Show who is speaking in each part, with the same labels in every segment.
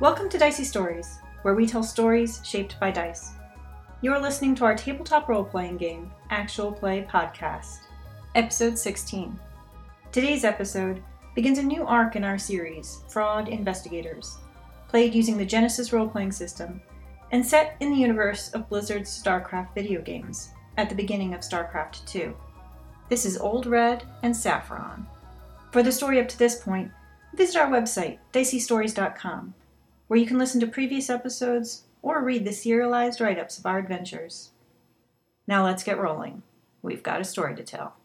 Speaker 1: Welcome to Dicey Stories, where we tell stories shaped by dice. You're listening to our tabletop role playing game, Actual Play Podcast, Episode 16. Today's episode begins a new arc in our series, Fraud Investigators, played using the Genesis role playing system and set in the universe of Blizzard's StarCraft video games at the beginning of StarCraft 2. This is Old Red and Saffron. For the story up to this point, visit our website, diceystories.com, where you can listen to previous episodes or read the serialized write ups of our adventures. Now let's get rolling. We've got a story to tell.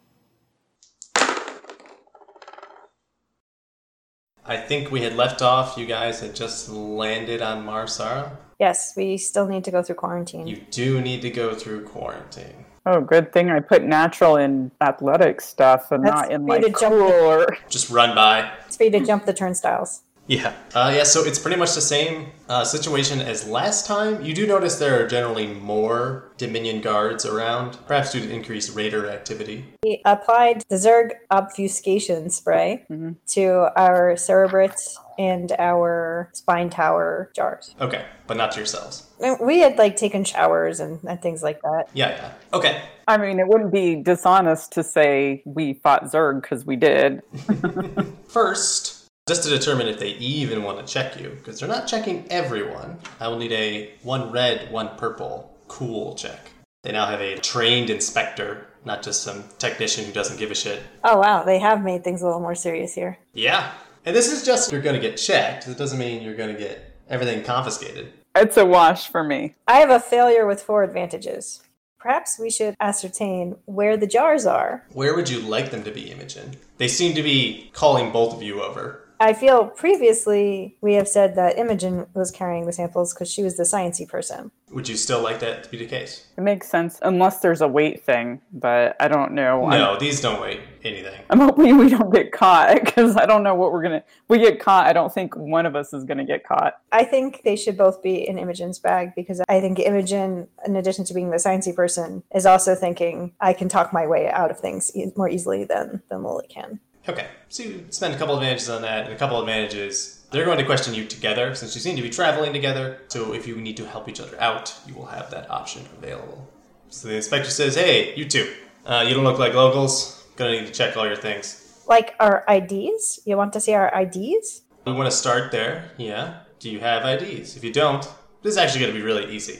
Speaker 2: I think we had left off. You guys had just landed on Marsara.
Speaker 3: Yes, we still need to go through quarantine.
Speaker 2: You do need to go through quarantine.
Speaker 4: Oh, good thing I put natural in athletic stuff and
Speaker 3: That's
Speaker 4: not in
Speaker 3: way to
Speaker 4: like
Speaker 3: jump
Speaker 4: cool or
Speaker 2: Just run by.
Speaker 3: it's free to jump the turnstiles.
Speaker 2: Yeah. Uh, yeah, so it's pretty much the same uh, situation as last time. You do notice there are generally more Dominion guards around, perhaps due to increased raider activity.
Speaker 3: We applied the Zerg obfuscation spray
Speaker 4: Mhm.
Speaker 3: to our cerebrates and our spine tower jars.
Speaker 2: Okay, but not to yourselves.
Speaker 3: And We had like taken showers and, and things like that.
Speaker 2: Yeah, yeah. Okay.
Speaker 4: I mean, it wouldn't be dishonest to say we fought Zerg because we did.
Speaker 2: First, just to determine if they even want to check you, because they're not checking everyone, I will need a one red, one purple cool check. They now have a trained inspector, not just some technician who doesn't give a shit.
Speaker 3: Oh wow, they have made things a little more serious here.
Speaker 2: Yeah. And this is just you're going to get checked. It doesn't mean you're going to get everything confiscated.
Speaker 4: It's a wash for me.
Speaker 3: I have a failure with four advantages. Perhaps we should ascertain where the jars are.
Speaker 2: Where would you like them to be, Imogen? They seem to be calling both of you over.
Speaker 3: I feel previously we have said that Imogen was carrying the samples because she was the sciencey person.
Speaker 2: Would you still like that to be the case?
Speaker 4: It makes sense unless there's a weight thing, but I don't know. I'm,
Speaker 2: No, these don't wait anything.
Speaker 4: I'm hoping we don't get caught because I don't know what we're gonna. If we get caught, I don't think one of us is gonna get caught.
Speaker 3: I think they should both be in Imogen's bag because I think Imogen, in addition to being the sciencey person, is also thinking I can talk my way out of things e- more easily than than Lily can.
Speaker 2: Okay, so you spend a couple advantages on that, and a couple advantages. They're going to question you together, since you seem to be traveling together. So if you need to help each other out, you will have that option available. So the inspector says, "Hey, you two, uh, you don't look like locals. Gonna need to check all your things.
Speaker 3: Like our IDs, you want to see our IDs?
Speaker 2: We want to start there. Yeah. Do you have IDs? If you don't, this is actually going to be really easy.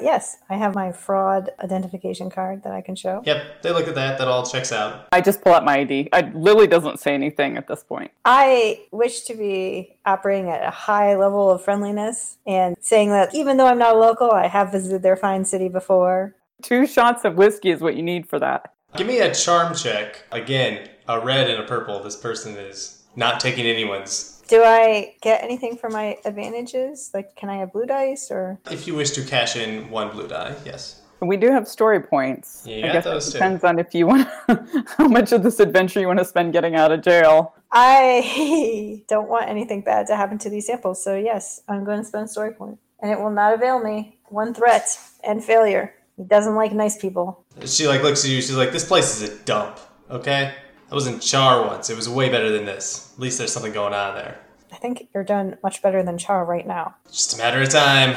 Speaker 3: Yes, I have my fraud identification card that I can show.
Speaker 2: Yep. They look at that. That all checks out.
Speaker 4: I just pull out my ID. I, Lily doesn't say anything at this point.
Speaker 3: I wish to be operating at a high level of friendliness and saying that even though I'm not a local, I have visited their fine city before.
Speaker 4: Two shots of whiskey is what you need for that.
Speaker 2: Give me a charm check. Again, a red and a purple. This person is not taking anyone's
Speaker 3: Do I get anything for my advantages? Like, can I have blue dice or
Speaker 2: If you wish to cash in one blue die, yes.
Speaker 4: We do have story points.
Speaker 2: Yeah, you
Speaker 4: I
Speaker 2: got
Speaker 4: guess
Speaker 2: those
Speaker 4: it
Speaker 2: too.
Speaker 4: depends on if you want how much of this adventure you want to spend getting out of jail.
Speaker 3: I don't want anything bad to happen to these samples, so yes, I'm going to spend a story point, and it will not avail me. One threat and failure. He doesn't like nice people.
Speaker 2: She like looks at you. She's like, "This place is a dump." Okay, I was in Char once. It was way better than this. At least there's something going on there.
Speaker 3: I think you're done much better than Char right now.
Speaker 2: It's just a matter of time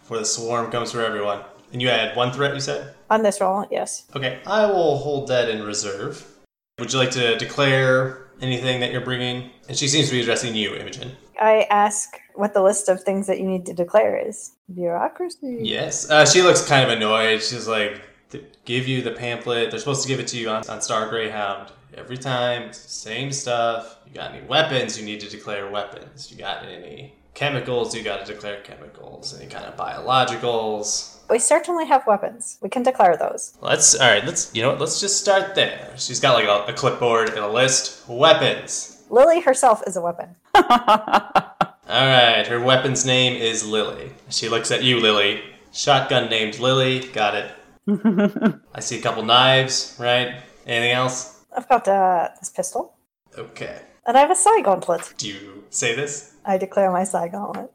Speaker 2: before the swarm comes for everyone. And you had one threat. You said,
Speaker 3: On this roll, yes.
Speaker 2: "Okay, I will hold that in reserve." Would you like to declare anything that you're bringing? And she seems to be addressing you, Imogen.
Speaker 3: I ask what the list of things that you need to declare is. Bureaucracy.
Speaker 2: Yes. Uh, she looks kind of annoyed. She's like, "They give you the pamphlet. They're supposed to give it to you on, on Star Greyhound every time. It's the same stuff. You got any weapons? You need to declare weapons. You got any chemicals? You got to declare chemicals. Any kind of biologicals?
Speaker 3: We certainly have weapons. We can declare those.
Speaker 2: Let's all right. Let's you know. what, Let's just start there. She's got like a, a clipboard and a list. Weapons.
Speaker 3: Lily herself is a weapon.
Speaker 2: All right. Her weapon's name is Lily. She looks at you, Lily. Shotgun named Lily. Got it. I see a couple knives, right? Anything else?
Speaker 3: I've got uh, this pistol,
Speaker 2: Okay.
Speaker 3: and I have a psi gauntlet.
Speaker 2: Do you say this?
Speaker 3: I declare my psi gauntlet.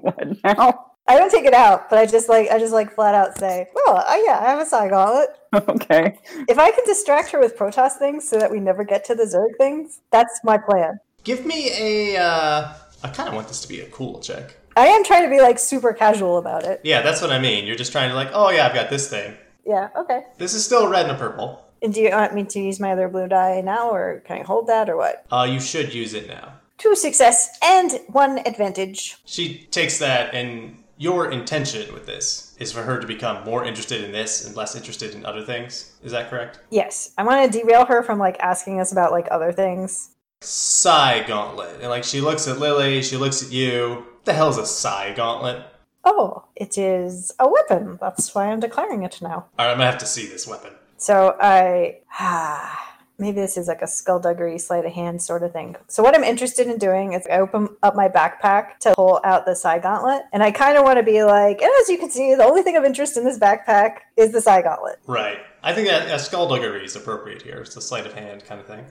Speaker 4: what now?
Speaker 3: I don't take it out, but I just like I just like flat out say, "Oh, I, yeah, I have a psi gauntlet."
Speaker 4: Okay.
Speaker 3: If I can distract her with Protoss things so that we never get to the Zerg things, that's my plan.
Speaker 2: Give me a uh, I kind of want this to be a cool check.
Speaker 3: I am trying to be like super casual about it.
Speaker 2: Yeah, that's what I mean. You're just trying to like, oh yeah, I've got this thing.
Speaker 3: Yeah, okay.
Speaker 2: This is still red and a purple.
Speaker 3: And do you want me to use my other blue die now, or can I hold that, or what?
Speaker 2: Uh, you should use it now.
Speaker 3: Two success and one advantage.
Speaker 2: She takes that, and your intention with this is for her to become more interested in this and less interested in other things. Is that correct?
Speaker 3: Yes, I want to derail her from like asking us about like other things.
Speaker 2: Psy gauntlet. And like she looks at Lily, she looks at you. What the hell is a psy gauntlet?
Speaker 3: Oh, it is a weapon. That's why I'm declaring it now.
Speaker 2: All right, I'm gonna have to see this weapon.
Speaker 3: So I ah, maybe this is like a skullduggery sleight of hand sort of thing. So what I'm interested in doing is I open up my backpack to pull out the Psy Gauntlet, and I kind of want to be like, and as you can see, the only thing of interest in this backpack is the Psy Gauntlet.
Speaker 2: Right. I think that a skullduggery is appropriate here. It's a sleight of hand kind of thing.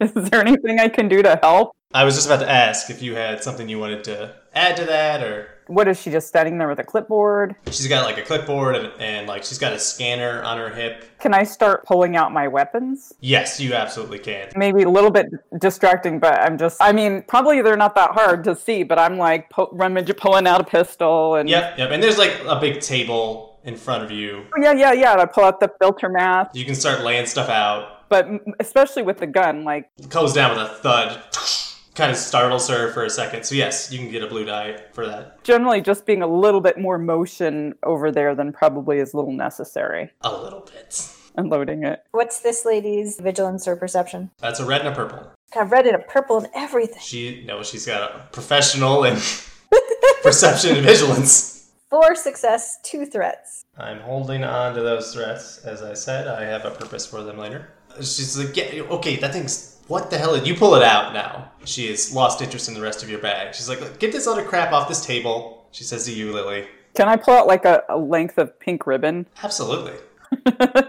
Speaker 4: Is there anything I can do to help?
Speaker 2: I was just about to ask if you had something you wanted to add to that, or
Speaker 4: What is she just standing there with a clipboard?
Speaker 2: she's got like a clipboard and, and like she's got a scanner on her hip.
Speaker 4: Can I start pulling out my weapons?
Speaker 2: Yes, you absolutely can.
Speaker 4: Maybe a little bit distracting, but I'm just, I mean, probably they're not that hard to see, but I'm like po- rummage, pulling out a pistol and.
Speaker 2: Yep, yep. And there's like a big table in front of you.
Speaker 4: Oh, Yeah, yeah, yeah. and I pull out the filter mask,
Speaker 2: You can start laying stuff out.
Speaker 4: but m- especially with the gun, like,
Speaker 2: It comes down with a thud. Kind of startles her for a second. So yes, you can get a blue die for that.
Speaker 4: generally just being a little bit more motion over there than probably is little necessary
Speaker 2: A little bit.
Speaker 4: and loading it.
Speaker 3: What's this lady's vigilance or perception?
Speaker 2: That's a red and a purple.
Speaker 3: I've read it a purple and everything.
Speaker 2: She no, she's got a professional and perception and vigilance.
Speaker 3: Four success, two threats.
Speaker 2: I'm holding on to those threats. As I said, I have a purpose for them later. She's like, yeah, okay, that thing's what the hell? You pull it out now. She has lost interest in the rest of your bag. She's like, get this other crap off this table. She says to you, Lily.
Speaker 4: Can I pull out like a, a length of pink ribbon?
Speaker 2: Absolutely.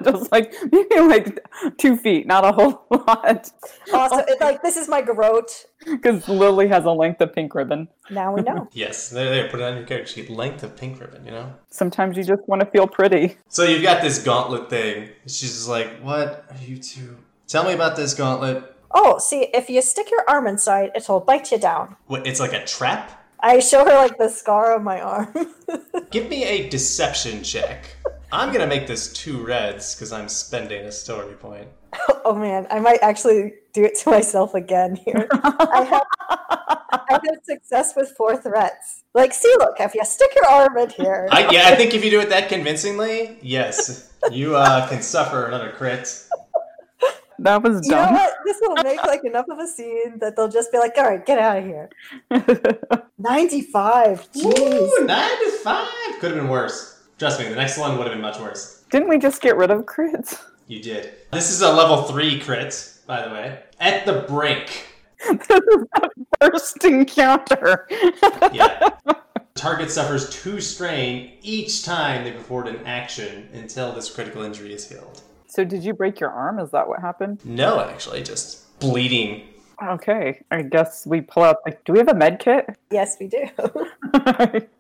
Speaker 4: just like maybe like two feet, not a whole lot.
Speaker 3: Also, it's like this is my garrote.
Speaker 4: Because Lily has a length of pink ribbon.
Speaker 3: Now we know.
Speaker 2: Yes, there, there. Put it on your character sheet. Length of pink ribbon. You know.
Speaker 4: Sometimes you just want to feel pretty.
Speaker 2: So you've got this gauntlet thing. She's just like, what are you two? Tell me about this gauntlet.
Speaker 3: Oh, see, if you stick your arm inside, it'll bite you down.
Speaker 2: What? It's like a trap.
Speaker 3: I show her like the scar on my arm.
Speaker 2: Give me a deception check. I'm gonna make this two reds because I'm spending a story point.
Speaker 3: oh man, I might actually do it to myself again here. I have I have success with four threats. Like, see, look, if you stick your arm in here,
Speaker 2: I, yeah, I think if you do it that convincingly, yes, you uh, can suffer another crit.
Speaker 4: That was
Speaker 3: you know
Speaker 4: dumb.
Speaker 3: what? This will make like enough of a scene that they'll just be like, "All right, get out of here." Ninety-five. Jeez.
Speaker 2: Ooh, nine to five could have been worse. Trust me, the next one would have been much worse.
Speaker 4: Didn't we just get rid of crits?
Speaker 2: You did. This is a level three crit, by the way. At the brink.
Speaker 4: this is that first encounter.
Speaker 2: Yeah. Target suffers two strain each time they perform an action until this critical injury is healed.
Speaker 4: so did you break your arm? Is that what happened?
Speaker 2: No, actually, just bleeding
Speaker 4: Okay. I guess we pull out like do we have a med kit?
Speaker 3: Yes, we do.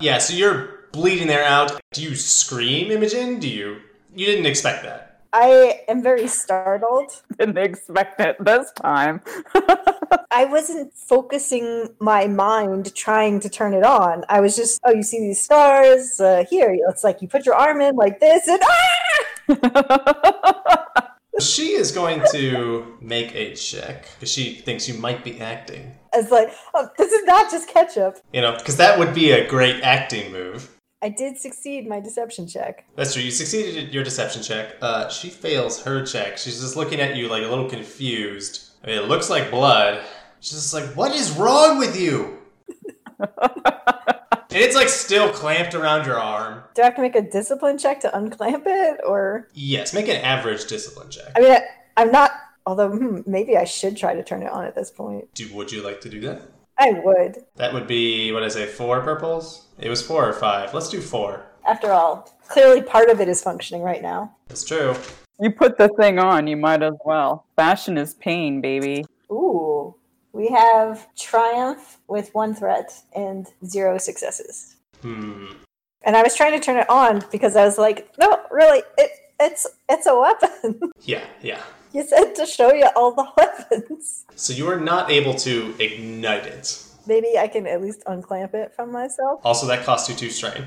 Speaker 2: Yeah, so you're bleeding there out. Do you scream, Imogen? Do you? You didn't expect that.
Speaker 3: I am very startled.
Speaker 4: Didn't expect it this time.
Speaker 3: I wasn't focusing my mind trying to turn it on. I was just, oh, you see these scars uh, here. It's like you put your arm in like this, and ah!
Speaker 2: She is going to make a check because she thinks you might be acting.
Speaker 3: It's like, oh, this is not just ketchup.
Speaker 2: You know, because that would be a great acting move.
Speaker 3: I did succeed my deception check.
Speaker 2: That's true. You succeeded at your deception check. Uh, she fails her check. She's just looking at you like a little confused. I mean, it looks like blood. She's just like, "What is wrong with you?" and it's like still clamped around your arm.
Speaker 3: Do I have to make a discipline check to unclamp it, or
Speaker 2: Yes, make an average discipline check.
Speaker 3: I mean, I, I'm not. Although hmm, maybe I should try to turn it on at this point.
Speaker 2: Do would you like to do that?
Speaker 3: I would.
Speaker 2: That would be what I say, four purples? It was four or five. Let's do four.
Speaker 3: After all, clearly part of it is functioning right now.
Speaker 2: That's true.
Speaker 4: you put the thing on, you might as well. Fashion is pain, baby.
Speaker 3: Ooh, we have triumph with one threat and zero successes.
Speaker 2: Hmm.
Speaker 3: And I was trying to turn it on because I was like, no, really, it, it's it's a weapon.
Speaker 2: Yeah, yeah.
Speaker 3: you said to show you all the weapons.
Speaker 2: So you are not able to ignite it.
Speaker 3: Maybe I can at least unclamp it from myself.
Speaker 2: Also, that costs you two strain.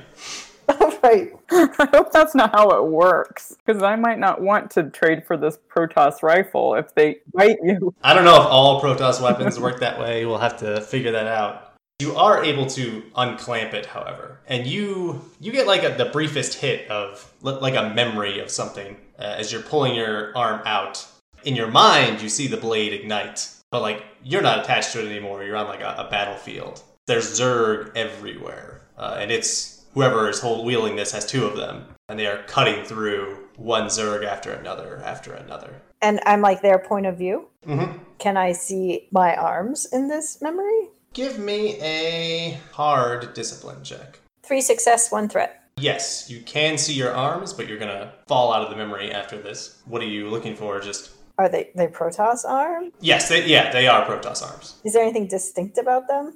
Speaker 3: All right.
Speaker 4: I hope that's not how it works, because I might not want to trade for this Protoss rifle if they bite you.
Speaker 2: I don't know if all Protoss weapons work that way. We'll have to figure that out. You are able to unclamp it, however, and you you get like a, the briefest hit of li- like a memory of something uh, as you're pulling your arm out. In your mind, you see the blade ignite, but like you're not attached to it anymore. You're on like a, a battlefield. There's Zerg everywhere, uh, and it's whoever is hold- wielding this has two of them, and they are cutting through one Zerg after another after another.
Speaker 3: And I'm like their point of view.
Speaker 2: Mm-hmm.
Speaker 3: Can I see my arms in this memory?
Speaker 2: Give me a hard discipline check.
Speaker 3: Three success, one threat.
Speaker 2: Yes, you can see your arms, but you're gonna fall out of the memory after this. What are you looking for? Just
Speaker 3: Are they they Protoss arm?
Speaker 2: yes, they, yeah, they are Protoss arms.
Speaker 3: Is there anything distinct about them?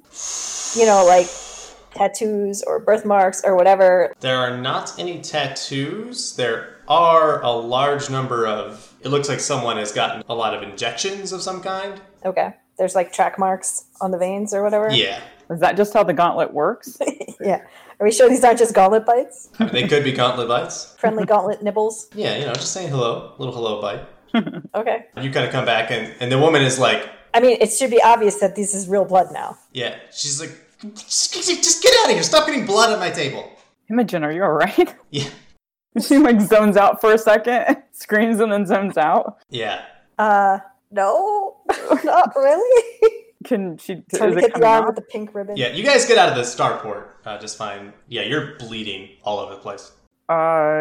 Speaker 3: You know, like tattoos or birthmarks or whatever.
Speaker 2: There are not any tattoos. There are a large number of. It looks like someone has gotten a lot of injections of some kind.
Speaker 3: Okay. There's like track marks on the veins or whatever.
Speaker 2: Yeah,
Speaker 4: Is that just how the gauntlet works?
Speaker 3: Yeah. Are we sure these aren't just gauntlet bites?
Speaker 2: I mean, they could be gauntlet bites.
Speaker 3: Friendly gauntlet nibbles.
Speaker 2: Yeah, you know, just saying hello, little hello bite.
Speaker 3: Okay.
Speaker 2: You kind of come back, and and the woman is like,
Speaker 3: I mean, it should be obvious that this is real blood now.
Speaker 2: yeah, she's like, just, just get out of here. Stop getting blood on my table.
Speaker 4: Imogen, are you all right?
Speaker 2: Yeah,
Speaker 4: She like zones out for a second, screams, and then zones out.
Speaker 2: yeah.
Speaker 3: Uh, no, not really.
Speaker 4: Can she?
Speaker 3: Trying
Speaker 4: is
Speaker 3: to
Speaker 4: it
Speaker 3: get the
Speaker 4: coming
Speaker 3: arm
Speaker 4: out?
Speaker 3: with the pink ribbon.
Speaker 2: Yeah, you guys get out of the starport uh, just fine. Yeah, you're bleeding all over the place.
Speaker 4: Uh,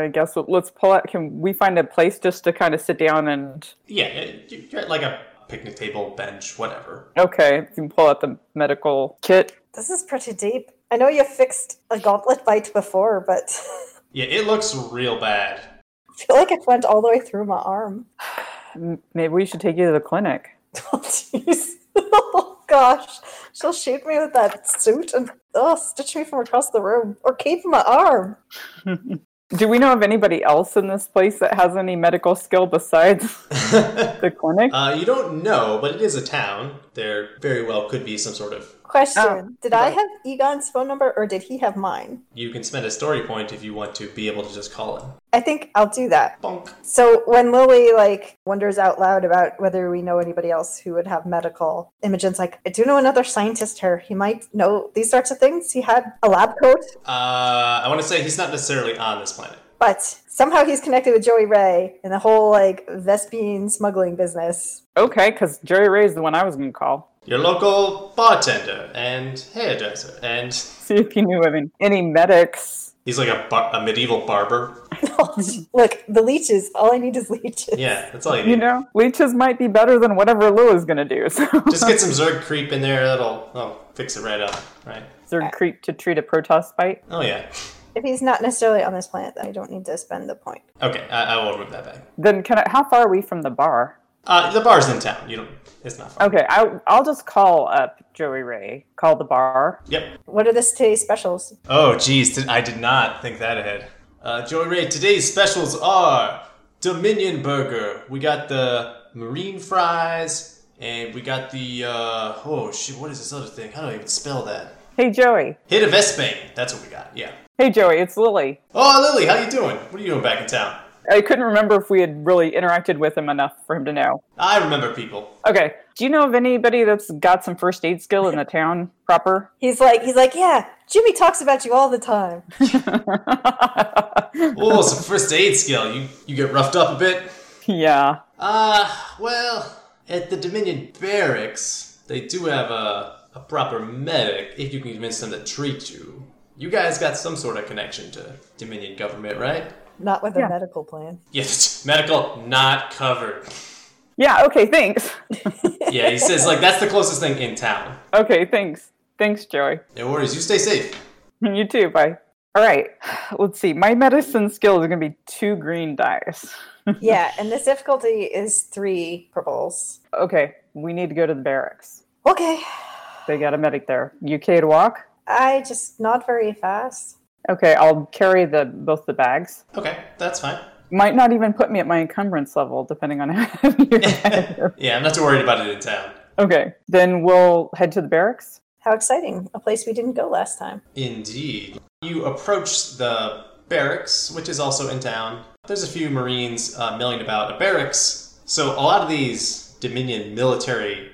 Speaker 4: I guess let- let's pull out. Can we find a place just to kind of sit down and?
Speaker 2: Yeah, you- you're at like a picnic table, bench, whatever.
Speaker 4: Okay, you can pull out the medical kit.
Speaker 3: This is pretty deep. I know you fixed a gauntlet bite before, but
Speaker 2: Yeah, it looks real bad.
Speaker 3: I feel like it went all the way through my arm.
Speaker 4: M- Maybe we should take you to the clinic.
Speaker 3: Oh, jeez. oh, gosh. She'll shoot me with that suit and oh, stitch me from across the room or keep my arm.
Speaker 4: Do we know of anybody else in this place that has any medical skill besides
Speaker 2: uh,
Speaker 4: the clinic?
Speaker 2: you don't know, but it is a town. There very well could be some sort of.
Speaker 3: Question
Speaker 4: Oh,
Speaker 3: Did I
Speaker 4: right.
Speaker 3: have Egon's phone number or did he have mine?
Speaker 2: You can spend a story point if you want to be able to just call him.
Speaker 3: I think I'll do that.
Speaker 2: Bonk.
Speaker 3: So when Lily like wonders out loud about whether we know anybody else who would have medical, Imogen's like, I do know another scientist here. He might know these sorts of things. He had a lab coat,
Speaker 2: Uh, I want to say he's not necessarily on this planet.
Speaker 3: but somehow he's connected with Joey Ray and the whole like Vespian smuggling business.
Speaker 4: Okay, because Jerry Ray is the one I was going to call.
Speaker 2: Your local bartender and hairdresser, and
Speaker 4: See if he knew of any, any medics.
Speaker 2: he's like a, bar- a medieval barber.
Speaker 3: Look, the leeches. All I need is leeches.
Speaker 2: Yeah, that's all you need.
Speaker 4: You know, leeches might be better than whatever Lou is going to do. So
Speaker 2: Just get some Zerg creep in there. That'll oh, fix it right up. Right.
Speaker 4: Zerg creep to treat a Protoss bite.
Speaker 2: Oh yeah.
Speaker 3: If he's not necessarily on this planet, then I don't need to spend the point.
Speaker 2: Okay, I, I will move that back.
Speaker 4: Then can I? How far are we from the bar?
Speaker 2: Uh, the bar's in town. You don't. It's not far.
Speaker 4: Okay, I, I'll just call up Joey Ray. Call the bar.
Speaker 2: Yep.
Speaker 3: What are this today's specials?
Speaker 2: Oh geez, did, I did not think that ahead. Uh, Joey Ray, today's specials are Dominion Burger. We got the marine fries, and we got the uh, oh shit, what is this other thing? How do I even spell that?
Speaker 4: Hey Joey.
Speaker 2: Hit of Espain. That's what we got. Yeah.
Speaker 4: Hey Joey, it's Lily.
Speaker 2: Oh Lily, how you doing? What are you doing back in town?
Speaker 4: I couldn't remember if we had really interacted with him enough for him to know.
Speaker 2: I remember people.
Speaker 4: Okay. Do you know of anybody that's got some first aid skill in the town proper?
Speaker 3: He's like, he's like, yeah. Jimmy talks about you all the time.
Speaker 2: Oh, some first aid skill. You you get roughed up a bit.
Speaker 4: yeah.
Speaker 2: Uh, well, at the Dominion Barracks, they do have a, a proper medic if you can convince them to treat you. You guys got some sort of connection to Dominion government, right?
Speaker 3: Not with
Speaker 4: Yeah.
Speaker 3: a medical plan.
Speaker 2: Yes, medical not covered.
Speaker 4: Yeah, okay, thanks.
Speaker 2: Yeah, he says, like, that's the closest thing in town.
Speaker 4: Okay, thanks. Thanks, Joey.
Speaker 2: No worries, you stay safe.
Speaker 4: You too, bye. All right. Let's see. My medicine skill is going to be two green dice.
Speaker 3: yeah, and this difficulty is three purples.
Speaker 4: Okay, we need to go to the barracks.
Speaker 3: Okay,
Speaker 4: They got a medic there. You okay to walk?
Speaker 3: I just not very fast.
Speaker 4: Okay, I'll carry the both the bags.
Speaker 2: Okay, that's fine.
Speaker 4: Might not even put me at my encumbrance level, depending on how heavy your bag is.
Speaker 2: yeah, I'm not too worried about it in town.
Speaker 4: Okay, then we'll head to the barracks.
Speaker 3: How exciting. A place we didn't go last time.
Speaker 2: Indeed. You approach the barracks, which is also in town. There's a few Marines uh, milling about a barracks. So a lot of these Dominion military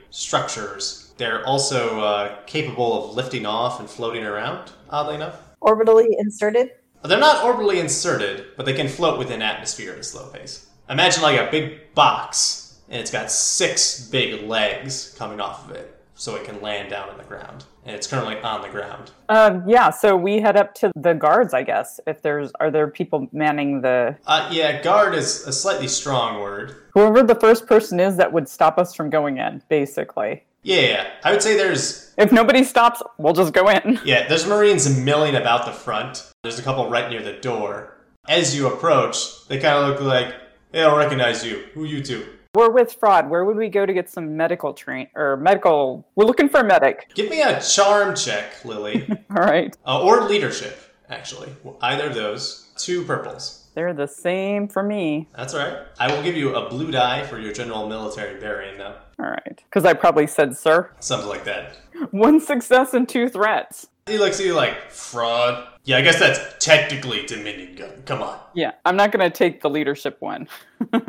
Speaker 2: structures, they're also uh, capable of lifting off and floating around, oddly enough.
Speaker 3: Orbitally inserted.
Speaker 2: They're not orbitally inserted, but they can float within atmosphere at a slow pace. Imagine like a big box, and it's got six big legs coming off of it, so it can land down on the ground. And it's currently on the ground.
Speaker 4: Um, yeah, so we head up to the guards, I guess. If there's, are there people manning the
Speaker 2: Uh, yeah, guard is a slightly strong word.
Speaker 4: whoever the first person is that would stop us from going in, basically.
Speaker 2: Yeah, I would say there's
Speaker 4: If nobody stops, we'll just go in.
Speaker 2: yeah, there's Marines milling about the front. There's a couple right near the door. As you approach, they kind of look like they don't recognize you. Who you two?
Speaker 4: We're with fraud. Where would we go to get some medical train or medical? We're looking for a medic.
Speaker 2: Give me a charm check, Lily,
Speaker 4: All right,
Speaker 2: uh, or leadership. Actually, either of those. Two purples.
Speaker 4: they're the same for me.
Speaker 2: That's all right. I will give you a blue die for your general military bearing, though.
Speaker 4: All right, because I probably said sir.
Speaker 2: Something like that.
Speaker 4: One success and two threats.
Speaker 2: He looks at you like fraud. Yeah, I guess that's technically Dominion gun. Come on.
Speaker 4: Yeah, I'm not going to take the leadership one.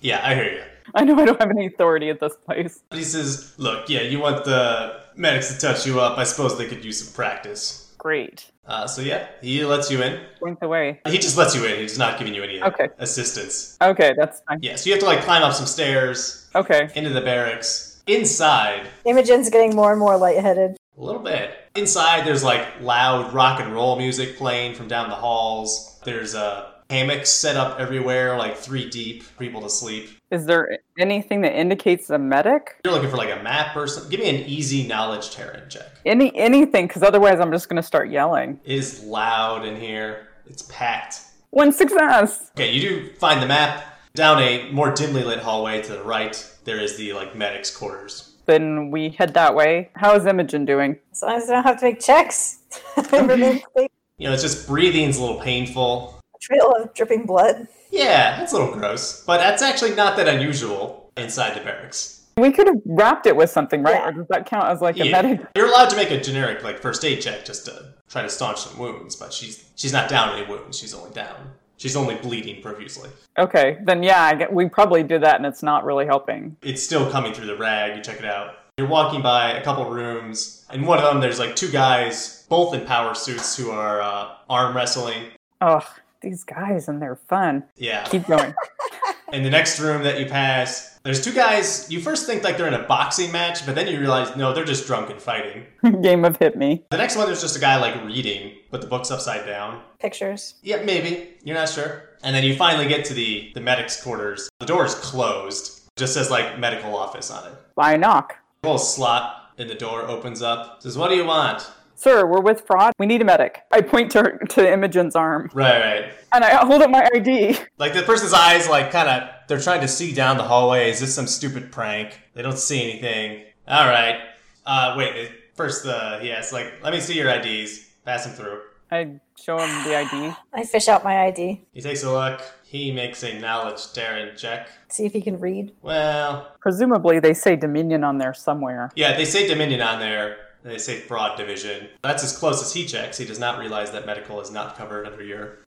Speaker 2: Yeah, I hear you.
Speaker 4: I know I don't have any authority at this place.
Speaker 2: He says, Look, yeah, you want the medics to touch you up. I suppose they could use some practice.
Speaker 4: Great.
Speaker 2: Uh, so, yeah, he lets you in.
Speaker 4: Point the way.
Speaker 2: He just lets you in. He's not giving you any
Speaker 4: Okay.
Speaker 2: assistance.
Speaker 4: Okay, that's fine.
Speaker 2: Yeah, so you have to, like, climb up some stairs
Speaker 4: Okay.
Speaker 2: into the barracks. Inside,
Speaker 3: Imogen's getting more and more lightheaded.
Speaker 2: a little bit. Inside, there's, like, loud rock and roll music playing from down the halls. There's uh, hammocks set up everywhere, like, three deep, for people to sleep.
Speaker 4: Is there anything that indicates a medic?
Speaker 2: You're looking for, like, a map or something. Give me an easy knowledge Terran check.
Speaker 4: Any anything? Because otherwise, I'm just going to start yelling.
Speaker 2: It is loud in here, it's packed.
Speaker 4: One success.
Speaker 2: Okay, you do find the map. Down a more dimly lit hallway to the right, there is the like medic's quarters.
Speaker 4: Then we head that way. How is Imogen doing?
Speaker 3: As long as I don't have to make checks. I remain safe.
Speaker 2: You know, it's just breathing's a little painful.
Speaker 3: Trail of dripping blood.
Speaker 2: Yeah, that's a little gross, but that's actually not that unusual inside the barracks.
Speaker 4: We could have wrapped it with something, right? Or does that count as like a
Speaker 2: Yeah.
Speaker 4: medic?
Speaker 2: You're allowed to make a generic like first aid check just to try to staunch some wounds, but she's she's not down any wounds. She's only down. She's only bleeding profusely.
Speaker 4: Okay, then yeah, I get, we probably did that, and it's not really helping.
Speaker 2: it's still coming through the rag. You check it out. You're walking by a couple rooms, and one of them there's like two guys, both in power suits, who are uh, arm wrestling.
Speaker 4: Ugh, these guys and their fun.
Speaker 2: Yeah.
Speaker 4: Keep going.
Speaker 2: In the next room that you pass, there's two guys. You first think like they're in a boxing match, but then you realize no, they're just drunk and fighting.
Speaker 4: Game of hit me.
Speaker 2: The next one there's just a guy like reading, but the book's upside down.
Speaker 3: Pictures.
Speaker 2: Yeah, maybe. You're not sure. And then you finally get to the the medic's quarters. The door is closed. It just says like medical office on it.
Speaker 4: I knock.
Speaker 2: A little slot in the door opens up. Says, "What do you want?"
Speaker 4: Sir, we're with fraud. We need a medic. I point to, her, to Imogen's arm
Speaker 2: Right, right.
Speaker 4: and I hold up my ID.
Speaker 2: Like the person's eyes, like kind of, they're trying to see down the hallway. Is this some stupid prank? They don't see anything. All right. Uh, wait. uh, First, uh, he asks, like, let me see your IDs. Pass them through.
Speaker 4: I show him the ID.
Speaker 3: I fish out my ID.
Speaker 2: He takes a look. He makes a knowledge Terran check.
Speaker 3: See if he can read.
Speaker 2: Well,
Speaker 4: Presumably, they say Dominion on there somewhere.
Speaker 2: yeah, they say Dominion on there. and They say broad division. That's as close as he checks. He does not realize that medical is not covered under your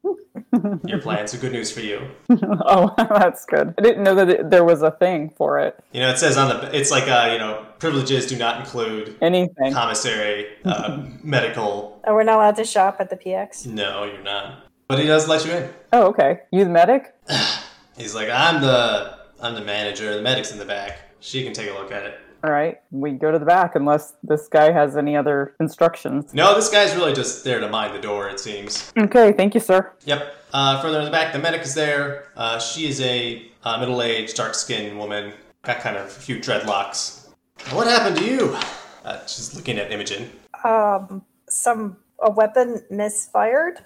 Speaker 2: your plan. So good news for you.
Speaker 4: oh, that's good. I didn't know that it, there was a thing for it.
Speaker 2: You know, it says on the it's like uh, you know privileges do not include
Speaker 4: Anything.
Speaker 2: commissary, uh, medical.
Speaker 3: Oh, we're not allowed to shop at the PX.
Speaker 2: No, you're not. But he does let you in.
Speaker 4: Oh, okay. You the medic?
Speaker 2: He's like, I'm the I'm the manager. The medic's in the back. She can take a look at it.
Speaker 4: All right. We go to the back unless this guy has any other instructions.
Speaker 2: No, this guy's really just there to mind the door. It seems.
Speaker 4: Okay. Thank you, sir.
Speaker 2: Yep. Uh, further in the back, the medic is there. Uh, she is a uh, middle-aged, dark-skinned woman. Got kind of few dreadlocks. What happened to you? Uh, she's looking at Imogen.
Speaker 3: Um, some a weapon misfired.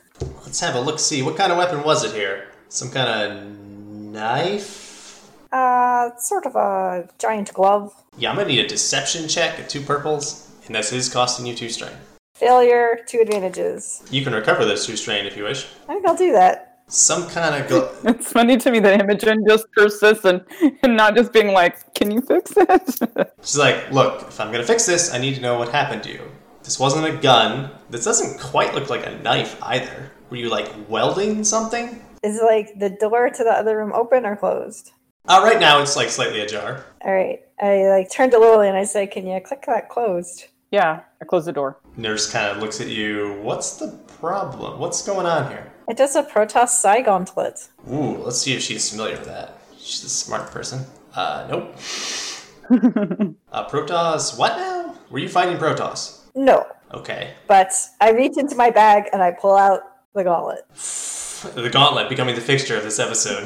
Speaker 2: Let's have a look. See what kind of weapon was it here? Some kind of knife.
Speaker 3: Uh, sort of a giant glove.
Speaker 2: Yeah, I'm gonna need a deception check at two purples, and this is costing you two strain.
Speaker 3: Failure, two advantages.
Speaker 2: You can recover those two strain if you wish.
Speaker 3: I think I'll do that.
Speaker 2: Some kind of go-
Speaker 4: It's funny to me that Imogen just persists and, and not just being like, can you fix it?
Speaker 2: she's like, look, if I'm gonna fix this, I need to know what happened to you. This wasn't a gun. This doesn't quite look like a knife either. Were you like welding something?
Speaker 3: Is like the door to the other room open or closed?
Speaker 2: Uh, right now it's like slightly ajar.
Speaker 3: All right. I like turned to Lily and I said, "Can you click that closed?"
Speaker 4: Yeah, I close the door.
Speaker 2: Nurse kind of looks at you. What's the problem? What's going on here?
Speaker 3: It does a Protoss Psi gauntlet.
Speaker 2: Ooh, let's see if she's familiar with that. She's a smart person. Uh, nope. uh, Protoss, what now? Were you fighting Protoss?
Speaker 3: No,
Speaker 2: Okay.
Speaker 3: but I reach into my bag and I pull out the gauntlet.
Speaker 2: The gauntlet becoming the fixture of this episode.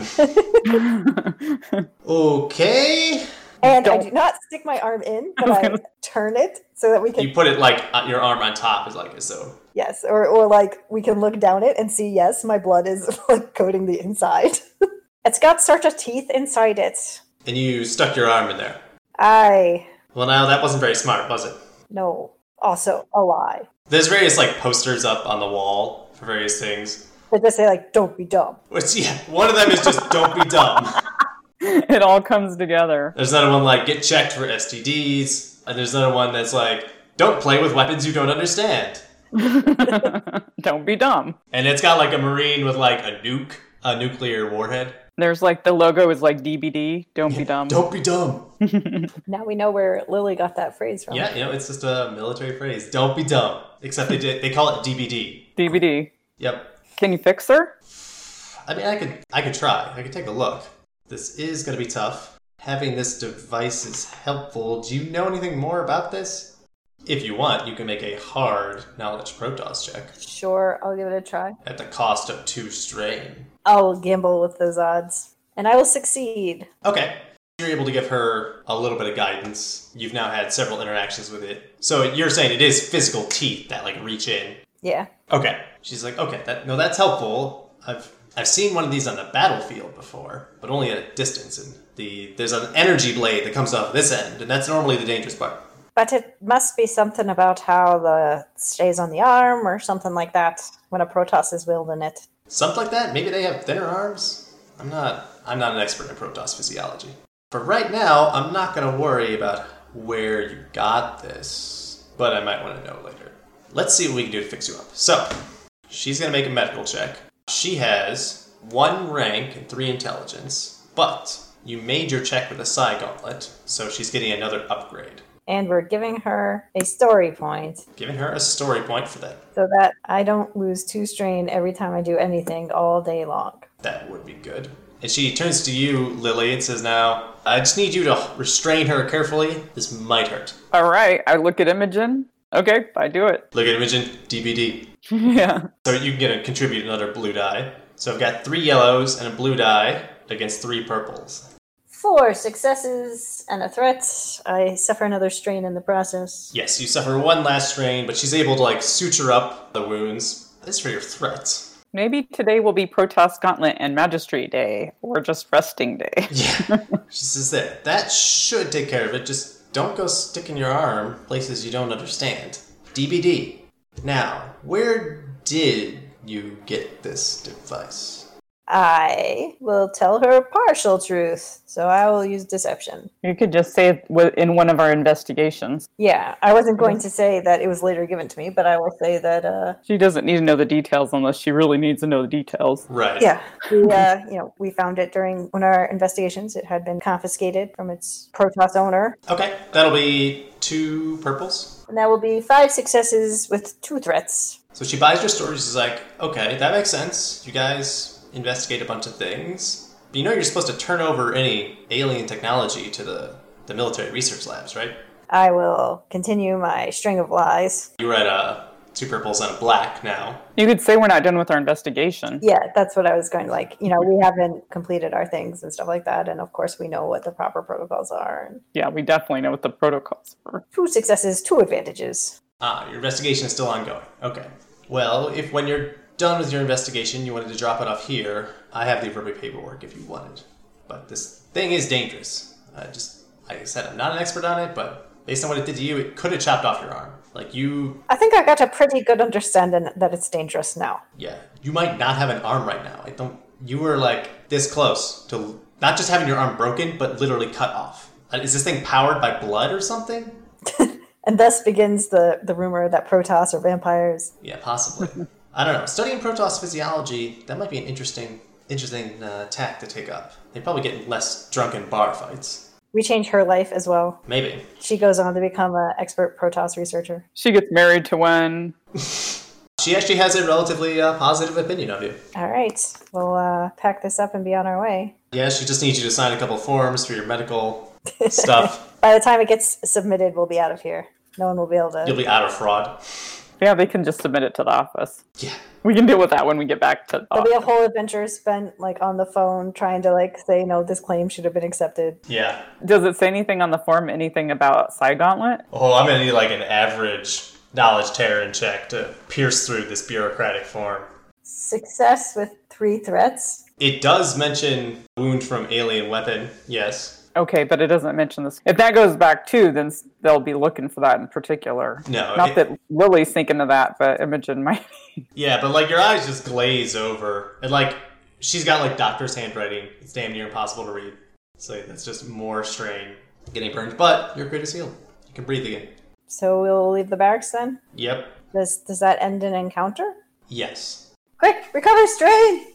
Speaker 2: okay.
Speaker 3: And I
Speaker 4: Don't-
Speaker 3: do not stick my arm in, but
Speaker 4: was
Speaker 3: I
Speaker 4: gonna-
Speaker 3: turn it so that we can
Speaker 2: You put it like uh, your arm on top is like so.
Speaker 3: yes, or or like we can look down it and see yes, my blood is like coating the inside. it's got sort of teeth inside it.
Speaker 2: And you stuck your arm in there.
Speaker 3: I
Speaker 2: Well, now that wasn't very smart, was it?
Speaker 3: no, also a lie.
Speaker 2: There's various like posters up on the wall for various things.
Speaker 3: But just say like, don't be dumb.
Speaker 2: Which yeah, one of them is just don't be dumb.
Speaker 4: it all comes together.
Speaker 2: There's another one like get checked for STDs, and there's another one that's like don't play with weapons you don't understand.
Speaker 4: Don't be dumb.
Speaker 2: And it's got like a marine with like a nuke, a nuclear warhead.
Speaker 4: There's like the logo is like DBD. Don't be dumb.
Speaker 2: Don't be dumb.
Speaker 3: Now we know where Lily got that phrase from.
Speaker 2: Yeah, you know, it's just a military phrase. Don't be dumb. Except they did, they call it DBD.
Speaker 4: DBD.
Speaker 2: Yep.
Speaker 4: Can you fix her?
Speaker 2: I mean, I could I could try. I could take a look. This is going to be tough. Having this device is helpful. Do you know anything more about this? If you want, you can make a hard knowledge Protoss check
Speaker 3: Sure, I'll give it a try.
Speaker 2: at the cost of two strain.
Speaker 3: I'll gamble with those odds. And I will succeed.
Speaker 2: Okay. You're able to give her a little bit of guidance. You've now had several interactions with it. So you're saying it is physical teeth that like reach in
Speaker 3: Yeah.
Speaker 2: Okay. She's like, okay, that no, that's helpful. I've I've seen one of these on the battlefield before, but only at a distance. And the there's an energy blade that comes off this end, and that's normally the dangerous part.
Speaker 3: But it must be something about how the stays on the arm or something like that when a Protoss is wielding it.
Speaker 2: Something like that. Maybe they have thinner arms. I'm not I'm not an expert in Protoss physiology. But right now, I'm not gonna worry about where you got this. But I might want to know later. Let's see what we can do to fix you up. So, she's gonna make a medical check. She has one rank and three intelligence, but you made your check with a psi gauntlet, so she's getting another upgrade.
Speaker 3: And we're giving her a story point
Speaker 2: Giving her a story point for that.
Speaker 3: so that I don't lose two strain every time I do anything all day long.
Speaker 2: That would be good. And she turns to you, Lily, and says, Now, I just need you to restrain her carefully. This might hurt.
Speaker 4: All right. I look at Imogen. Okay, I do it.
Speaker 2: Look at Imogen, DBD.
Speaker 4: yeah.
Speaker 2: So you can get a, contribute another blue die. So I've got three yellows and a blue die against three purples.
Speaker 3: Four successes and a threat. I suffer another strain in the process.
Speaker 2: Yes, you suffer one last strain, but she's able to, like, suture up the wounds. That's for your threat.
Speaker 4: Maybe today will be Protoss Gauntlet and Magistry Day, or just resting day.
Speaker 2: Yeah. she says that. That should take care of it. Just don't go sticking your arm places you don't understand. DBD. Now, where did you get this device?
Speaker 3: I will tell her partial truth, so I will use deception.
Speaker 4: You could just say it wi- in one of our investigations.
Speaker 3: Yeah, I wasn't going to say that it was later given to me, but I will say that, uh,
Speaker 4: She doesn't need to know the details unless she really needs to know the details.
Speaker 2: Right.
Speaker 3: yeah, we, uh, you know, we found it during one of our investigations. It had been confiscated from its Protoss owner,
Speaker 2: Okay, that'll be two purples.
Speaker 3: and that will be five successes with two threats.
Speaker 2: So she buys your stories. She's like, okay, that makes sense. You guys investigate a bunch of things. But you know you're supposed to turn over any alien technology to the, the military research labs, right?
Speaker 3: I will continue my string of lies.
Speaker 2: You were at uh, two purples and a black now.
Speaker 4: You could say we're not done with our investigation.
Speaker 3: Yeah, that's what I was going to like. You know, we haven't completed our things and stuff like that, and of course, we know what the proper protocols are. And
Speaker 4: Yeah, we definitely know what the protocols were.
Speaker 3: two successes, two advantages.
Speaker 2: Ah, your investigation is still ongoing. Okay. Well, if when you're done with your investigation, you wanted to drop it off here, I have the appropriate paperwork if you wanted. But this thing is dangerous. I just, like I said, I'm not an expert on it, but based on what it did to you, it could have chopped off your arm. Like you,
Speaker 3: I think I got a pretty good understanding that it's dangerous now.
Speaker 2: yeah, you might not have an arm right now. I don't. You were like this close to not just having your arm broken, but literally cut off. Uh, Is this thing powered by blood or something?
Speaker 3: And thus begins the, the rumor that Protoss are vampires.
Speaker 2: Yeah, possibly. I don't know. Studying Protoss physiology, that might be an interesting interesting uh, tack to take up. They probably get less drunken bar fights.
Speaker 3: We change her life as well.
Speaker 2: Maybe.
Speaker 3: She goes on to become an expert Protoss researcher.
Speaker 4: She gets married to one.
Speaker 2: She actually has a relatively uh, positive opinion of you.
Speaker 3: All right, we'll uh, pack this up and be on our way.
Speaker 2: Yeah, she just needs you to sign a couple forms for your medical stuff.
Speaker 3: By the time it gets submitted, we'll be out of here. No one will be able to.
Speaker 2: You'll be out of fraud.
Speaker 4: Yeah, they can just submit it to the office.
Speaker 2: Yeah.
Speaker 4: We can deal with that when we get back to the
Speaker 3: There'll be a
Speaker 4: office.
Speaker 3: whole adventure spent like on the phone trying to like say no, this claim should have been accepted.
Speaker 2: Yeah.
Speaker 4: Does it say anything on the form, anything about Psy Gauntlet?
Speaker 2: Oh, I'm gonna need like an average knowledge Terran check to pierce through this bureaucratic form.
Speaker 3: Success with three threats.
Speaker 2: It does mention wound from alien weapon. Yes.
Speaker 4: Okay, but it doesn't mention this. If that goes back too, then s- they'll be looking for that in particular.
Speaker 2: No.
Speaker 4: Not
Speaker 2: it-
Speaker 4: that Lily's thinking of that, but Imogen might.
Speaker 2: Yeah, but like your eyes just glaze over, and like she's got like doctor's handwriting. It's damn near impossible to read. So that's just more strain getting burned. But your grid is healed. You can breathe again.
Speaker 3: So we'll leave the barracks then.
Speaker 2: Yep.
Speaker 3: Does does that end an encounter?
Speaker 2: Yes.
Speaker 3: Quick, recover strain.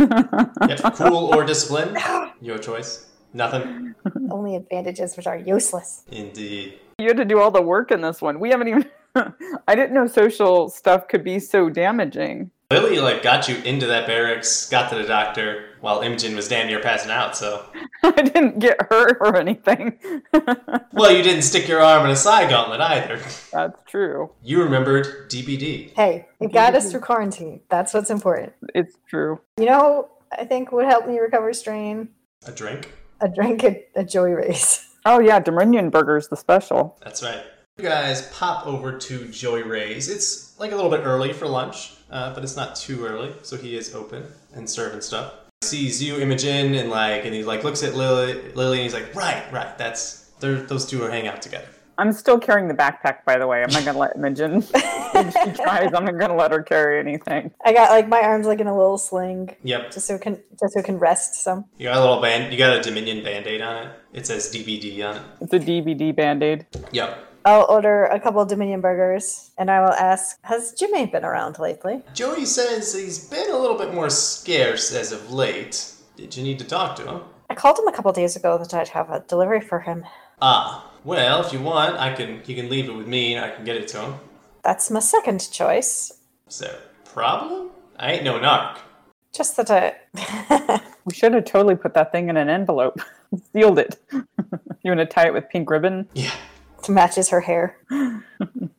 Speaker 2: Yep. cool or discipline, your choice. Nothing.
Speaker 3: Only advantages which are useless.
Speaker 2: Indeed.
Speaker 4: you had to do all the work in this one. We haven't even. I didn't know social stuff could be so damaging.
Speaker 2: Lily like got you into that barracks, got to the doctor while Imogen was damn near passing out. So
Speaker 4: I didn't get hurt or anything.
Speaker 2: well, you didn't stick your arm in a side gauntlet either.
Speaker 4: That's true.
Speaker 2: You remembered DBD.
Speaker 3: Hey, it got us through quarantine. That's what's important.
Speaker 4: It's true.
Speaker 3: You know, I think would help me recover strain.
Speaker 2: A drink.
Speaker 3: A drink at a joy race.
Speaker 4: Oh yeah, Dominion Burger's the special.
Speaker 2: That's right. You guys pop over to Joy Ray's. It's like a little bit early for lunch, uh, but it's not too early, so he is open and serving stuff. Sees you, Imogen, and like, and he like looks at Lily. Lily, and he's like, right, right. That's they're, those two are hanging out together.
Speaker 4: I'm still carrying the backpack, by the way. I'm not gonna let Imogen. if she tries, I'm not gonna let her carry anything.
Speaker 3: I got like my arms like in a little sling,
Speaker 2: Yep.
Speaker 3: just so it can just so it can rest some.
Speaker 2: You got a little band. You got a Dominion Band-Aid on it. It says DBD on it.
Speaker 4: It's a DVD band-aid.
Speaker 2: Yep.
Speaker 3: I'll order a couple Dominion burgers, and I will ask, "Has Jimmy been around lately?"
Speaker 2: Joey says he's been a little bit more scarce as of late. Did you need to talk to him?
Speaker 3: I called him a couple days ago that I'd have a delivery for him.
Speaker 2: Ah, well, if you want, I can. You can leave it with me, and I can get it to him.
Speaker 3: That's my second choice.
Speaker 2: Is there a problem? I ain't no narc.
Speaker 3: Just that I.
Speaker 4: We should have totally put that thing in an envelope, sealed it. you want to tie it with pink ribbon?
Speaker 2: Yeah.
Speaker 3: matches her hair.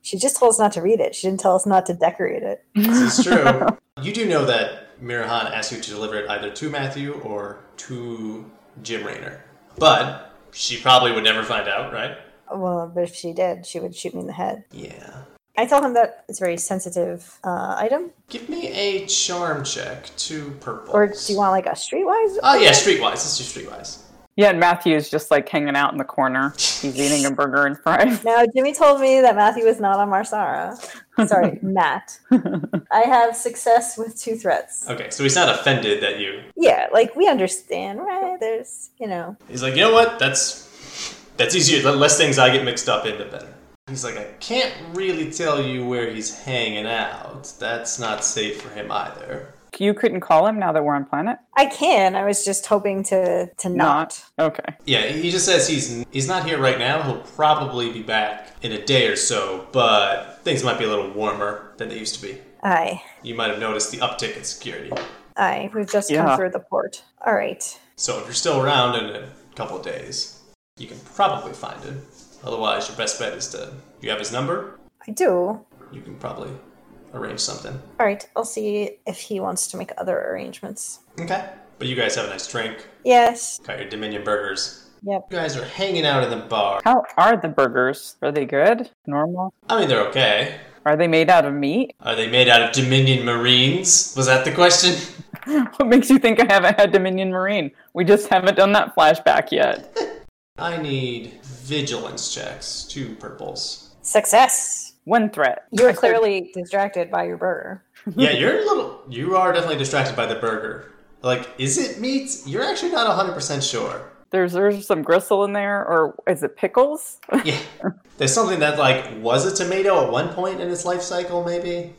Speaker 3: she just told us not to read it. She didn't tell us not to decorate it.
Speaker 2: This is true. you do know that Mirahan asked you to deliver it either to Matthew or to Jim Raynor. But she probably would never find out, right?
Speaker 3: Well, but if she did, she would shoot me in the head.
Speaker 2: Yeah.
Speaker 3: I tell him that it's a very sensitive uh, item.
Speaker 2: Give me a charm check to purple.
Speaker 3: Or do you want like a streetwise?
Speaker 2: Oh yeah, streetwise. Let's do streetwise.
Speaker 4: Yeah, and Matthew's just like hanging out in the corner. He's eating a burger and fries.
Speaker 3: Now, Jimmy told me that Matthew was not on Marsara. Sorry, Matt. I have success with two threats.
Speaker 2: Okay, so he's not offended that you.
Speaker 3: Yeah, like we understand, right? There's, you know,
Speaker 2: He's like, you know what? That's that's easier. The less things I get mixed up in, the better. He's like, I can't really tell you where he's hanging out. That's not safe for him either.
Speaker 4: You couldn't call him now that we're on planet?
Speaker 3: I can. I was just hoping to to not.
Speaker 4: Okay.
Speaker 2: Yeah, he just says he's he's not here right now. He'll probably be back in a day or so, but things might be a little warmer than they used to be.
Speaker 3: Aye,
Speaker 2: You might have noticed the uptick in security.
Speaker 3: aye. We've just
Speaker 4: Yeah.
Speaker 3: come through the port. All right.
Speaker 2: So if you're still around in a couple of days, you can probably find him. Otherwise, your best bet is to you have his number.
Speaker 3: I do.
Speaker 2: You can probably arrange something.
Speaker 3: All right, I'll see if he wants to make other arrangements.
Speaker 2: Okay. But you guys have a nice drink.
Speaker 3: Yes.
Speaker 2: Got your Dominion burgers.
Speaker 3: Yep.
Speaker 2: You guys are hanging out in the bar.
Speaker 4: How are the burgers? Are they good? Normal?
Speaker 2: I mean, they're okay.
Speaker 4: Are they made out of meat?
Speaker 2: Are they made out of Dominion Marines? Was that the question?
Speaker 4: What makes you think I haven't had Dominion Marine? We just haven't done that flashback yet.
Speaker 2: I need vigilance checks, two purples.
Speaker 3: Success.
Speaker 4: One threat.
Speaker 3: You're clearly distracted by your burger.
Speaker 2: yeah, you're a little. You are definitely distracted by the burger. Like, is it meat? You're actually not 100% sure.
Speaker 4: There's there's some gristle in there, or is it pickles?
Speaker 2: Yeah. There's something that like was a tomato at one point in its life cycle, maybe.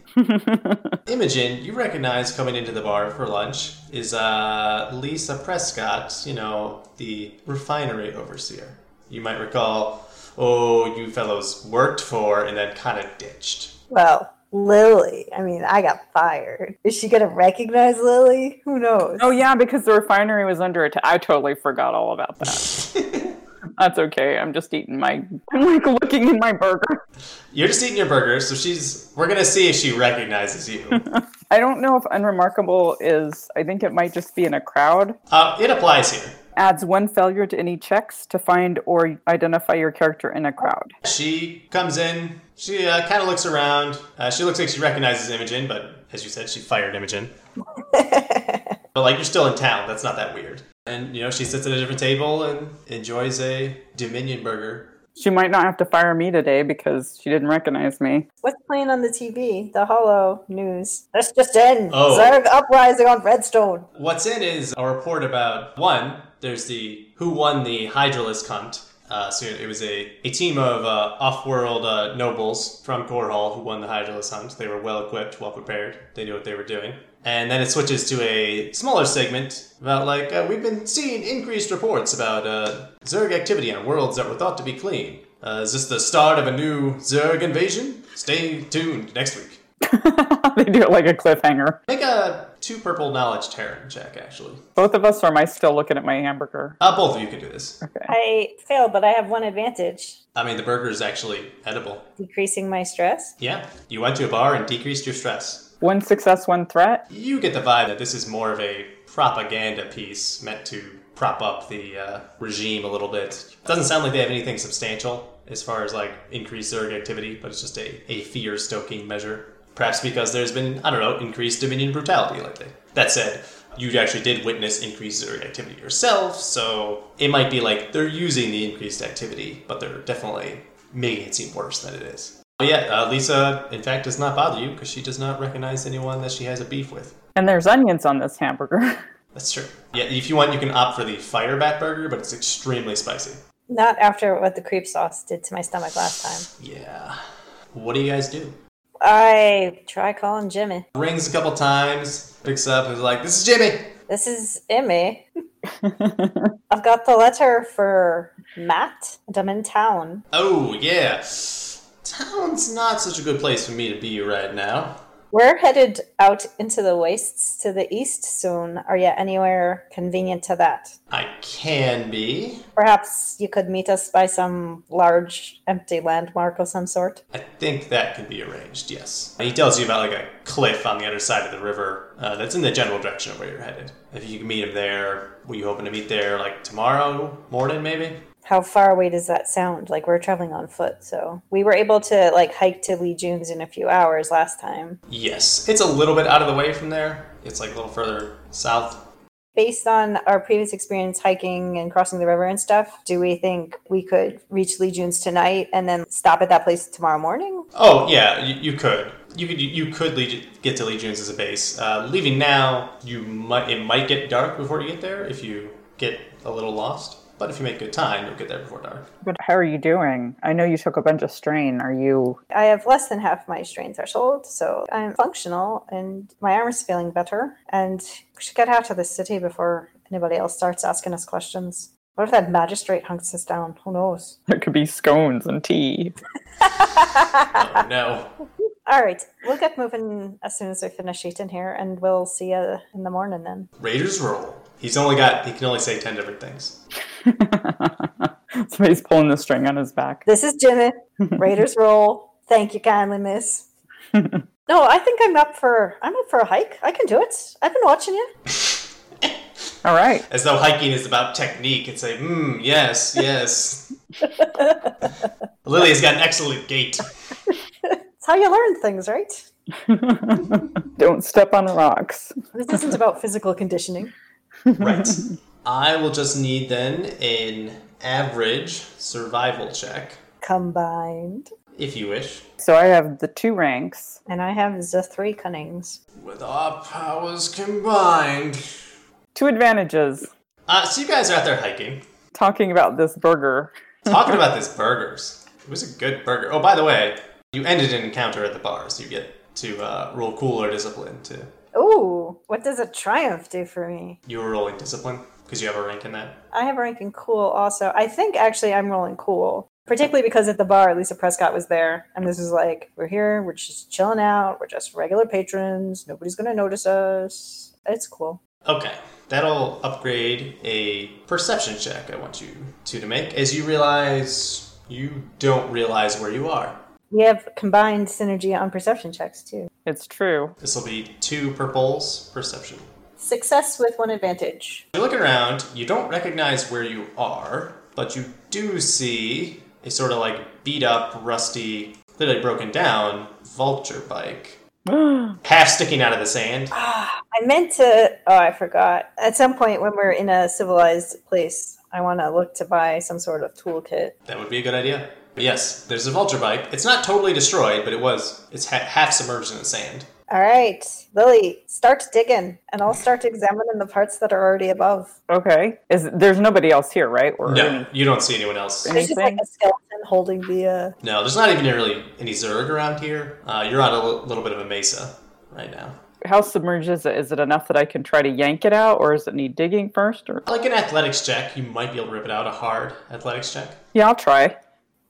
Speaker 2: Imogen, you recognize coming into the bar for lunch is uh, Lisa Prescott, you know, the refinery overseer. You might recall, oh, you fellows worked for and then kind of ditched.
Speaker 3: Well, Lily. I mean, I got fired. Is she gonna recognize Lily? Who knows?
Speaker 4: Oh yeah, because the refinery was under attack. I totally forgot all about that. That's okay. I'm just eating my. I'm like looking in my burger.
Speaker 2: You're just eating your burger, so she's. We're gonna see if she recognizes you.
Speaker 4: I don't know if unremarkable is. I think it might just be in a crowd.
Speaker 2: Uh, it applies here.
Speaker 4: Adds one failure to any checks to find or identify your character in a crowd.
Speaker 2: She comes in. She uh, kind of looks around. Uh, she looks like she recognizes Imogen, but as you said, she fired Imogen. but like, you're still in town. That's not that weird. And you know, she sits at a different table and enjoys a Dominion burger.
Speaker 4: She might not have to fire me today because she didn't recognize me.
Speaker 3: What's playing on the TV? The Hollow News. That's just in. Oh. Zerg uprising on Redstone.
Speaker 2: What's in is a report about one. There's the who won the Hydralisk hunt. Uh, so it was a, a team of uh, off-world uh, nobles from Korhal who won the Hydralisk hunt. They were well equipped, well prepared. They knew what they were doing. And then it switches to a smaller segment about, like, uh, we've been seeing increased reports about uh, Zerg activity on worlds that were thought to be clean. Uh, is this the start of a new Zerg invasion? Stay tuned next week.
Speaker 4: they do it like a cliffhanger.
Speaker 2: Make a two purple knowledge Terran check, actually.
Speaker 4: Both of us, or am I still looking at my hamburger?
Speaker 2: Uh, both of you can do this.
Speaker 4: Okay.
Speaker 3: I failed, but I have one advantage.
Speaker 2: I mean, the burger is actually edible.
Speaker 3: Decreasing my stress.
Speaker 2: Yeah, you went to a bar and decreased your stress.
Speaker 4: One success, one threat.
Speaker 2: You get the vibe that this is more of a propaganda piece meant to prop up the uh, regime a little bit. Doesn't sound like they have anything substantial as far as like increased Zerg activity, but it's just a, a fear stoking measure. Perhaps because there's been, I don't know, increased Dominion brutality lately. That said, you actually did witness increased Zerg activity yourself, so it might be like they're using the increased activity, but they're definitely making it seem worse than it is. But yeah, uh, Lisa, in fact, does not bother you because she does not recognize anyone that she has a beef with.
Speaker 4: And there's onions on this hamburger.
Speaker 2: That's true. Yeah, if you want, you can opt for the Firebat burger, but it's extremely spicy.
Speaker 3: Not after what the creep sauce did to my stomach last time.
Speaker 2: Yeah. What do you guys do?
Speaker 3: I try calling Jimmy.
Speaker 2: Rings a couple times, picks up, is like, "This is Jimmy."
Speaker 3: This is Emmy. I've got the letter for Matt, and I'm in town.
Speaker 2: Oh yeah. Town's not such a good place for me to be right now.
Speaker 3: We're headed out into the wastes to the east soon. Are you anywhere convenient to that?
Speaker 2: I can be.
Speaker 3: Perhaps you could meet us by some large empty landmark of some sort.
Speaker 2: I think that can be arranged, yes. He tells you about like a cliff on the other side of the river uh, that's in the general direction of where you're headed. If you can meet him there, were you hoping to meet there like tomorrow morning maybe?
Speaker 3: how far away does that sound? Like we're traveling on foot, so we were able to like hike to Lee June's in a few hours last time.
Speaker 2: Yes, it's a little bit out of the way from there. It's like a little further south.
Speaker 3: Based on our previous experience hiking and crossing the river and stuff, do we think we could reach Lee June's tonight and then stop at that place tomorrow morning?
Speaker 2: Oh yeah, you, you could. You could you, you could lead, get to Lee June's as a base. Uh, leaving now, you might it might get dark before you get there if you get a little lost. But if you make good time, you'll get there before dark.
Speaker 4: But how are you doing? I know you took a bunch of strain. Are you?
Speaker 3: I have less than half my strain threshold, so I'm functional and my arm is feeling better. And we should get out of the city before anybody else starts asking us questions. What if that magistrate hunks us down? Who knows?
Speaker 4: It could be scones and tea.
Speaker 2: Oh, no.
Speaker 3: All right, we'll get moving as soon as we finish eating here, and we'll see you in the morning then.
Speaker 2: Raiders roll. He's only got, he can only say 10 different things.
Speaker 4: Somebody's pulling the string on his back.
Speaker 3: This is Jimmy. Raiders roll. Thank you kindly, miss. no, I think I'm up for I'm up for a hike. I can do it. I've been watching you.
Speaker 4: All right.
Speaker 2: As though hiking is about technique, it's a, mm, yes, yes. Lily's got an excellent gait.
Speaker 3: It's how you learn things, right?
Speaker 4: Don't step on the rocks.
Speaker 3: This isn't about physical conditioning.
Speaker 2: Right. I will just need then an average survival check,
Speaker 3: Combined.
Speaker 2: if you wish.
Speaker 4: So I have the two ranks.
Speaker 3: And I have the three cunnings.
Speaker 2: With our powers combined.
Speaker 4: Two advantages.
Speaker 2: Uh, so you guys are out there hiking.
Speaker 4: talking about this burger.
Speaker 2: Talking about this burgers, it was a good burger. Oh, by the way, you ended an encounter at the bar, so you get to uh, roll cooler discipline too.
Speaker 3: Ooh, what does a triumph do for me?
Speaker 2: You were rolling discipline because you have a rank in that.
Speaker 3: I have rank in cool also. I think actually I'm rolling cool, particularly because at the bar Lisa Prescott was there, and this is like we're here, we're just chilling out, we're just regular patrons, nobody's gonna notice us. It's cool.
Speaker 2: Okay. That'll upgrade a perception check I want you two to make as you realize you don't realize where you are.
Speaker 3: We have combined synergy on perception checks too.
Speaker 4: It's troo
Speaker 2: This will be two purples perception.
Speaker 3: Success with one advantage.
Speaker 2: You're looking around, you don't recognize where you are, but you do see a sort of like beat up, rusty, clearly broken down vulture bike half sticking out of the sand.
Speaker 3: Ah, I meant to. Oh, I forgot. At some point, when we're in a civilized place, I want to look to buy some sort of toolkit.
Speaker 2: That would be a good idea. But yes, there's a vulture bike. It's not totally destroyed, but it was. It's ha- half submerged in the sand.
Speaker 3: All right, Lily, start digging, and I'll start examining the parts that are already above.
Speaker 4: Okay. Is there's nobody else here, right? Or
Speaker 2: No, you don't see anyone else.
Speaker 3: There's just like
Speaker 4: Anything?
Speaker 3: a skeleton holding the. Uh...
Speaker 2: No, there's not even really any Zerg around here. Uh, you're on a l- little bit of a mesa right now.
Speaker 4: how submerged is it? Is it enough that I can try to yank it out, or does it need digging first? Or
Speaker 2: Like an athletics check, you might be able to rip it out. A hard athletics check.
Speaker 4: yeah, I'll try.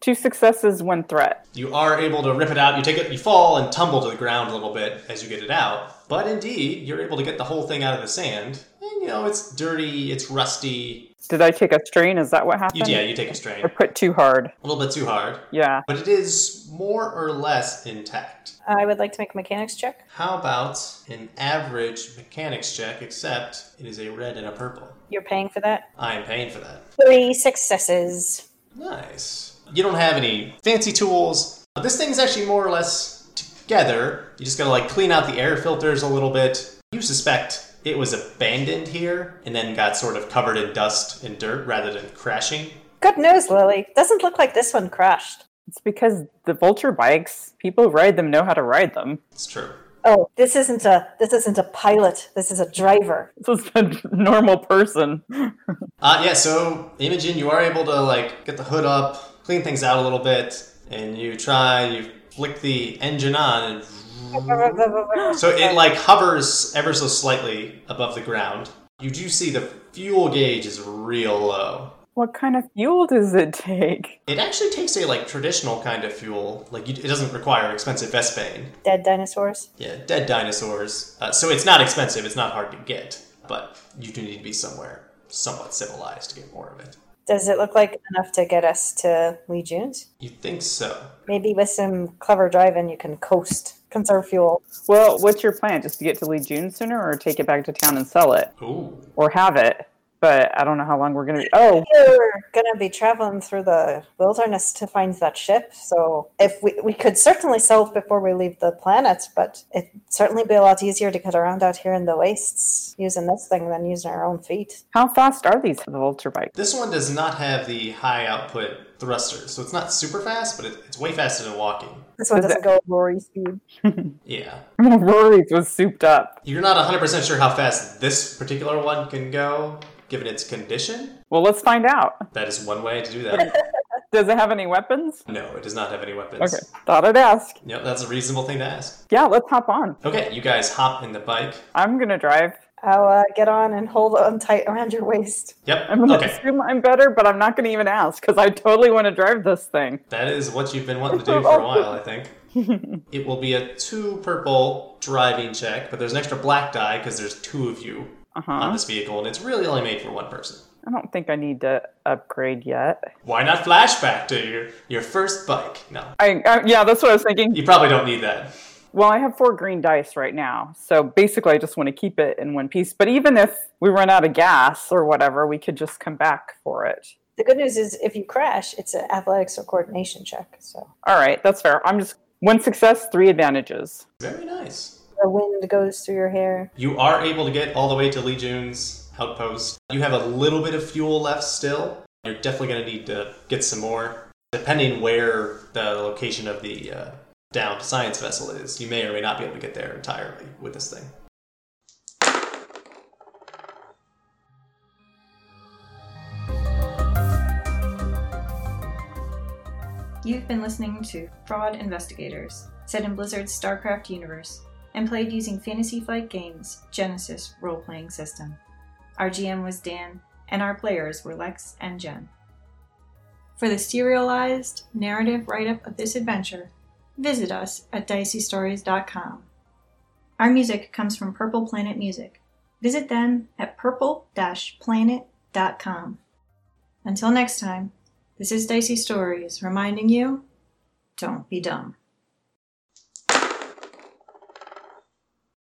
Speaker 4: Two successes, one threat.
Speaker 2: You are able to rip it out. You take it, you fall and tumble to the ground a little bit as you get it out. But indeed, you're able to get the whole thing out of the sand. And you know, it's dirty, it's rusty.
Speaker 4: Did I take a strain? Is that what
Speaker 2: You,
Speaker 4: happened?
Speaker 2: yeah, you take a strain.
Speaker 4: I put too hard.
Speaker 2: A little bit too hard.
Speaker 4: Yeah.
Speaker 2: But it is more or less intact.
Speaker 3: I would like to make a mechanics check.
Speaker 2: How about an average mechanics check, except it is a red and a purple?
Speaker 3: You're paying for that.
Speaker 2: I am paying for that.
Speaker 3: Three successes.
Speaker 2: Nice. You don't have any fancy tools. This thing's actually more or less together. You just gotta like clean out the air filters a little bit. You suspect it was abandoned here and then got sort of covered in dust and dirt rather than crashing.
Speaker 3: Good news, Lily. Doesn't look like this one crashed.
Speaker 4: It's because the vulture bikes, people who ride them know how to ride them.
Speaker 2: It's true.
Speaker 3: Oh, this isn't a this isn't a pilot. This is a driver.
Speaker 4: This is a normal person.
Speaker 2: Uh, yeah, so Imogen, you are able to like get the hood up, clean things out a little bit, and you try, you flick the engine on and So it like hovers ever so slightly above the ground. You do see the fuel gauge is real low.
Speaker 4: what kind of fuel does it take?
Speaker 2: It actually takes a like traditional kind of fuel. Like you, it doesn't require expensive Vespane.
Speaker 3: Dead dinosaurs.
Speaker 2: Yeah, dead dinosaurs. Uh, so it's not expensive. It's not hard to get, but you do need to be somewhere somewhat civilized to get more of it.
Speaker 3: Does it look like enough to get us to Legion's?
Speaker 2: You think so?
Speaker 3: Maybe with some clever driving, you can coast, conserve fuel.
Speaker 4: Well, what's your plan? Just to get to Lee June sooner or take it back to town and sell it?
Speaker 2: Ooh,
Speaker 4: Or have it? But I don't know how long we're going to be. Oh,
Speaker 3: We're gonna be traveling through the wilderness to find that ship, so if we we could certainly solve before we leave the planet, but it'd certainly be a lot easier to get around out here in the wastes using this thing than using our own feet.
Speaker 4: how fast are these vulture bikes?
Speaker 2: this one does not have the high output thrusters, so it's not super fast, but it, it's way faster than walking.
Speaker 3: This one
Speaker 4: Is
Speaker 3: doesn't go glory speed.
Speaker 2: Yeah,
Speaker 4: Rory's was souped up.
Speaker 2: You're not 100% sure how fast this particular one can go, given its condition.
Speaker 4: Well, let's find out.
Speaker 2: That is one way to do that.
Speaker 4: Does it have any weapons?
Speaker 2: no, it does not have any weapons.
Speaker 4: Okay. Thought I'd ask.
Speaker 2: Yep, that's a reasonable thing to ask.
Speaker 4: Yeah, let's hop on.
Speaker 2: Okay, you guys hop in the bike.
Speaker 4: I'm going to drive.
Speaker 3: I'll uh, get on and hold on tight around your waist.
Speaker 2: Yep,
Speaker 4: I'm going to
Speaker 2: okay.
Speaker 4: assume I'm better, but I'm not going to even ask because I totally want to drive this thing.
Speaker 2: That is what you've been wanting to do for a while, I think. it will be a two purple driving check, but there's an extra black die because there's two of you
Speaker 4: Uh
Speaker 2: on
Speaker 4: huh.
Speaker 2: this vehicle, and it's really only made for one person.
Speaker 4: I don't think I need to upgrade yet.
Speaker 2: Why not flashback to your, your first bike? No,
Speaker 4: I, uh, yeah, that's what I was thinking.
Speaker 2: you probably don't need that.
Speaker 4: Well, I have four green dice right now, so basically I just want to keep it in one piece. But even if we run out of gas or whatever, we could just come back for it.
Speaker 3: The good news is, if you crash, it's an athletics or coordination check. So
Speaker 4: All right, that's fair. I'm just one success, three advantages.
Speaker 2: Very nice.
Speaker 3: the wind goes through your hair.
Speaker 2: You are able to get all the way to Legion's outpost. You have a little bit of fuel left still. You're definitely going to need to get some more, depending where the location of the uh, downed science vessel is. You may or may not be able to get there entirely with this thing.
Speaker 1: You've been listening to Fraud Investigators, set in Blizzard's StarCraft universe, and played using Fantasy Flight Games' Genesis role playing system. Our GM was Dan, and our players were Lex and Jen. For the serialized narrative write up of this adventure, visit us at diceystories.com. Our music comes from Purple Planet Music. Visit them at purple planet.com. Until next time, this is Dicey Stories reminding you don't be dumb.